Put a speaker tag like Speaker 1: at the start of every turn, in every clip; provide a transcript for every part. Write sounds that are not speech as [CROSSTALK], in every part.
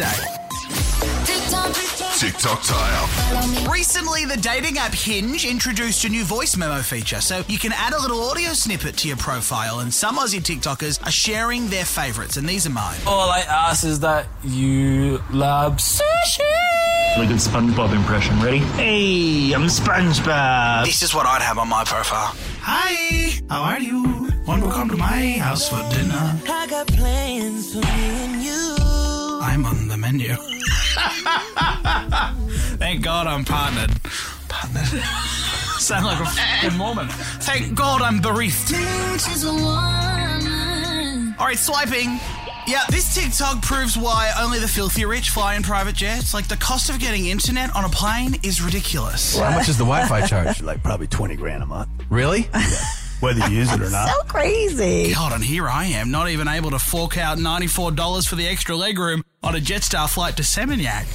Speaker 1: day.
Speaker 2: TikTok tie up.
Speaker 1: Recently, the dating app Hinge introduced a new voice memo feature, so you can add a little audio snippet to your profile, and some Aussie TikTokers are sharing their favourites, and these are mine.
Speaker 3: All I ask is that you love sushi.
Speaker 4: Really good SpongeBob impression. Ready? Hey, I'm SpongeBob.
Speaker 1: This is what I'd have on my profile. Hi, how are you? Want to come to my house for dinner?
Speaker 5: I got plans for me and you.
Speaker 1: I'm on the menu. Thank God I'm partnered. Partnered. [LAUGHS] Sound like a fucking Mormon. Thank God I'm bereaved.
Speaker 6: She's a woman.
Speaker 1: All right, swiping. Yeah, this TikTok proves why only the filthy rich fly in private jets. Like, the cost of getting internet on a plane is ridiculous.
Speaker 7: How much does the
Speaker 8: [LAUGHS]
Speaker 7: Wi-Fi charge?
Speaker 8: Like probably 20 grand a month,
Speaker 7: Really?
Speaker 8: whether you use it or not.
Speaker 5: So crazy.
Speaker 1: God, and here I am, not even able to fork out $94 for the extra legroom on a Jetstar flight to Seminyak.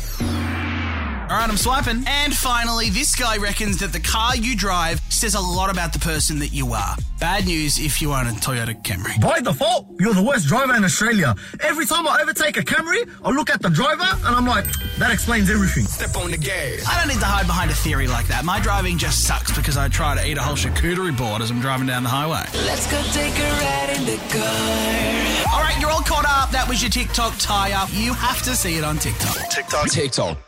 Speaker 1: All right, I'm swiping. And finally, this guy reckons that the car you drive says a lot about the person that you are. Bad news if you own a Toyota Camry.
Speaker 9: [LAUGHS] By default, you're the worst driver in Australia. Every time I overtake a Camry, I look at the driver and I'm like, that explains everything.
Speaker 2: Step on the gas.
Speaker 1: I don't need to hide behind a theory like that. My driving just sucks because I try to eat a whole charcuterie board as I'm driving down the highway.
Speaker 5: Let's go take a ride in the car.
Speaker 1: All right, you're all caught up. That was your TikTok tie up. You have to see it on TikTok.
Speaker 2: TikTok. TikTok.